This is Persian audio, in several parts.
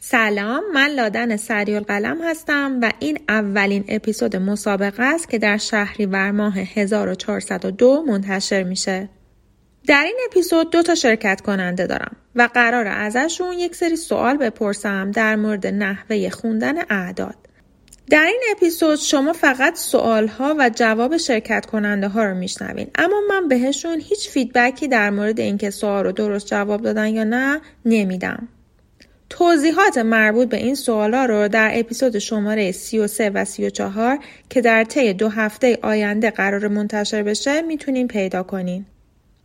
سلام من لادن سری القلم هستم و این اولین اپیزود مسابقه است که در شهریور ماه 1402 منتشر میشه. در این اپیزود دو تا شرکت کننده دارم و قرار ازشون یک سری سوال بپرسم در مورد نحوه خوندن اعداد. در این اپیزود شما فقط سوال ها و جواب شرکت کننده ها رو میشنوین اما من بهشون هیچ فیدبکی در مورد اینکه سوال رو درست جواب دادن یا نه نمیدم. توضیحات مربوط به این سوالا رو در اپیزود شماره 33 و 34 که در طی دو هفته آینده قرار منتشر بشه میتونین پیدا کنین.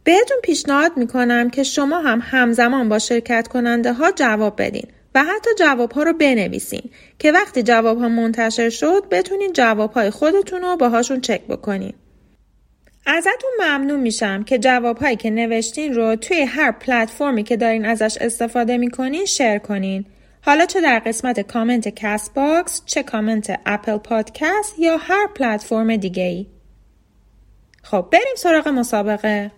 بهتون پیشنهاد میکنم که شما هم همزمان با شرکت کننده ها جواب بدین و حتی جواب ها رو بنویسین که وقتی جواب ها منتشر شد بتونین جواب های خودتون رو باهاشون چک بکنین. ازتون ممنون میشم که جوابهایی که نوشتین رو توی هر پلتفرمی که دارین ازش استفاده میکنین شیر کنین. حالا چه در قسمت کامنت کست باکس، چه کامنت اپل پادکست یا هر پلتفرم دیگه ای. خب بریم سراغ مسابقه.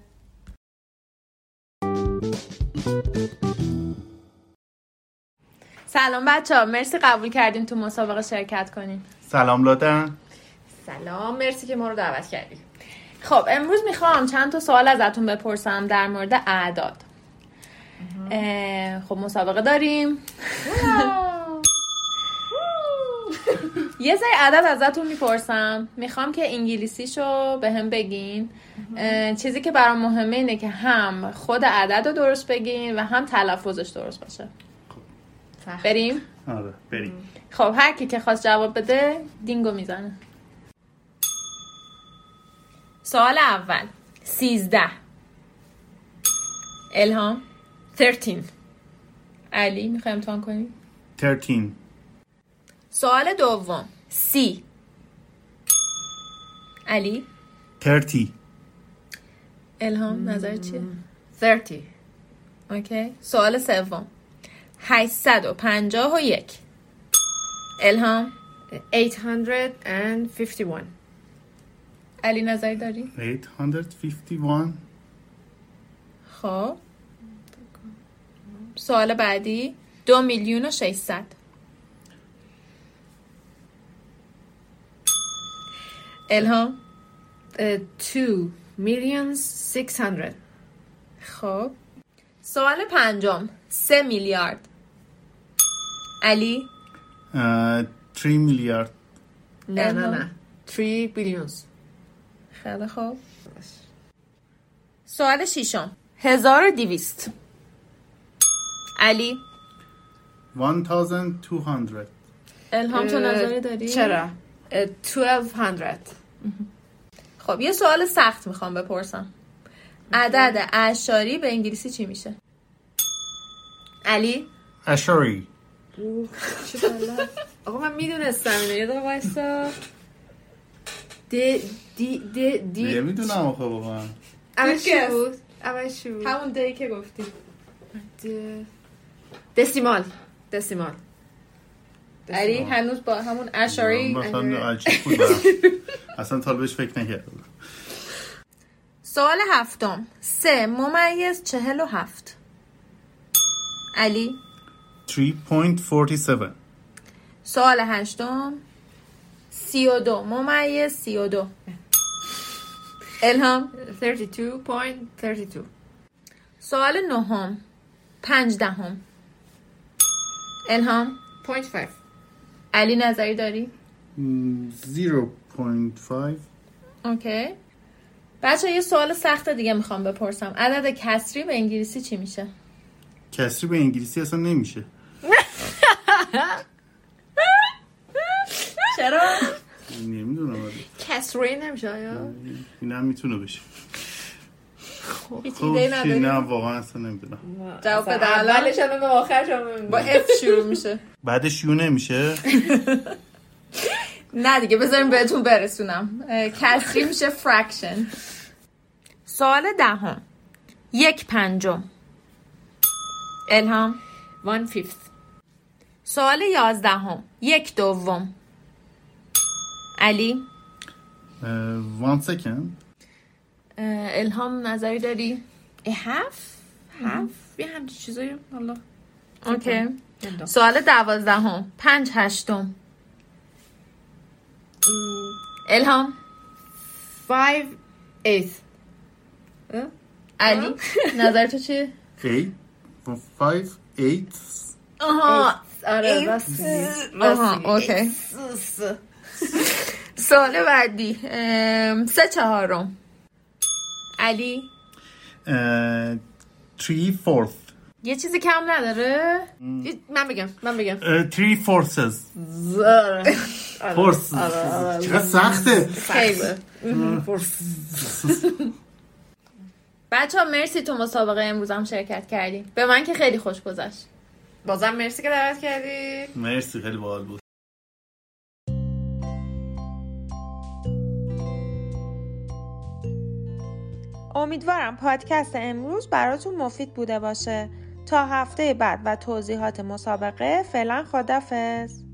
سلام بچه ها مرسی قبول کردین تو مسابقه شرکت کنین. سلام لادن سلام مرسی که ما رو دعوت کردی خب امروز میخوام چند تا سوال ازتون بپرسم در مورد اعداد اه، خب مسابقه داریم یه سری عدد ازتون میپرسم میخوام که انگلیسیشو به هم بگین اه، چیزی که برام مهمه اینه که هم خود عدد رو درست بگین و هم تلفظش درست باشه سخت. بریم آره بریم خب هر کی که خواست جواب بده دینگو میزنه سوال اول سیزده الهام 13 علی میخوای امتحان کنی 13 سوال دوم سی علی 30 الهام نظر چیه 30 اوکی سوال سوم 851 الهام 851 علی نظری داری 851 خب سوال بعدی دو میلیون و 600 الهام اه، 2 میلیون 600 خب سوال پنجم سه میلیارد علی اه، 3 میلیارد نه نه الهام. نه 3 بیلیونز خیلی خوب سوال ششم هزار و Uh, دیویست علی 1200 الهام تو نظری داری؟ چرا Uh, اه، 1200 خب یه سوال سخت میخوام بپرسم عدد اعشاری به انگلیسی چی میشه؟ علی اشاری اوه، چه بلا. آقا من میدونستم اینو یه دقیقه وایسا دی دی دی دی نمیدونم خب واقعا اول چی گس. بود اول چی بود همون دهی که گفتی د- دسیمال دسیمال علی هنوز با همون اعشاری مثلا عجیب بود برام. اصلا تا بهش فکر نکرده بودم. سوال هفتم سه ممیز چهل و هفت علی 3.47 سوال هشتم سی و دو ممیز سی و دو الهام 32.32 سوال نهم پنج دهم الهام 0.5 علی نظری داری؟ م، 0.5 اوکی بچه یه سوال سخت دیگه میخوام بپرسم عدد کسری به انگلیسی چی میشه؟ کسری به انگلیسی اصلا نمیشه چرا؟ نمیدونم آره. کسری نمیشه آیا؟ این هم میتونه بشه هیچ خب ایده چی؟ نه نداری؟ واقعا اصلا نمیدونم جواب بده الان. اولش هم به آخرش هم با با F شروع میشه بعدش یو نمیشه نه دیگه بذاریم بهتون برسونم اه، کسری میشه فرکشن سوال دهم یک پنجم الهام 1 fifth سوال یازدهم یک دوم علی وان سکند اه، الهام نظری داری؟ هفت Mm-hmm. هفت یه همچین چیزایی حالا اوکی نمی‌دونم. سوال دوازدهم پنج هشتم الهام Five eight اه؟ علی نظر تو چیه؟ 8 5 8 آها آره راست میگی. راست آها، میگی. اوکی. ایت، سوس. سوال بعدی ام، سه چهارم علی 3 uh, fourth یه چیزی کم نداره ای، من بگم من بگم 3 Uh, forces آره. آره. forces چقدر سخته خیلی فورس. بچه ها مرسی تو مسابقه امروز هم شرکت کردی به من که خیلی خوش گذشت بازم مرسی که دعوت کردی مرسی خیلی باحال بود امیدوارم پادکست امروز براتون مفید بوده باشه تا هفته بعد و توضیحات مسابقه فعلا خدافز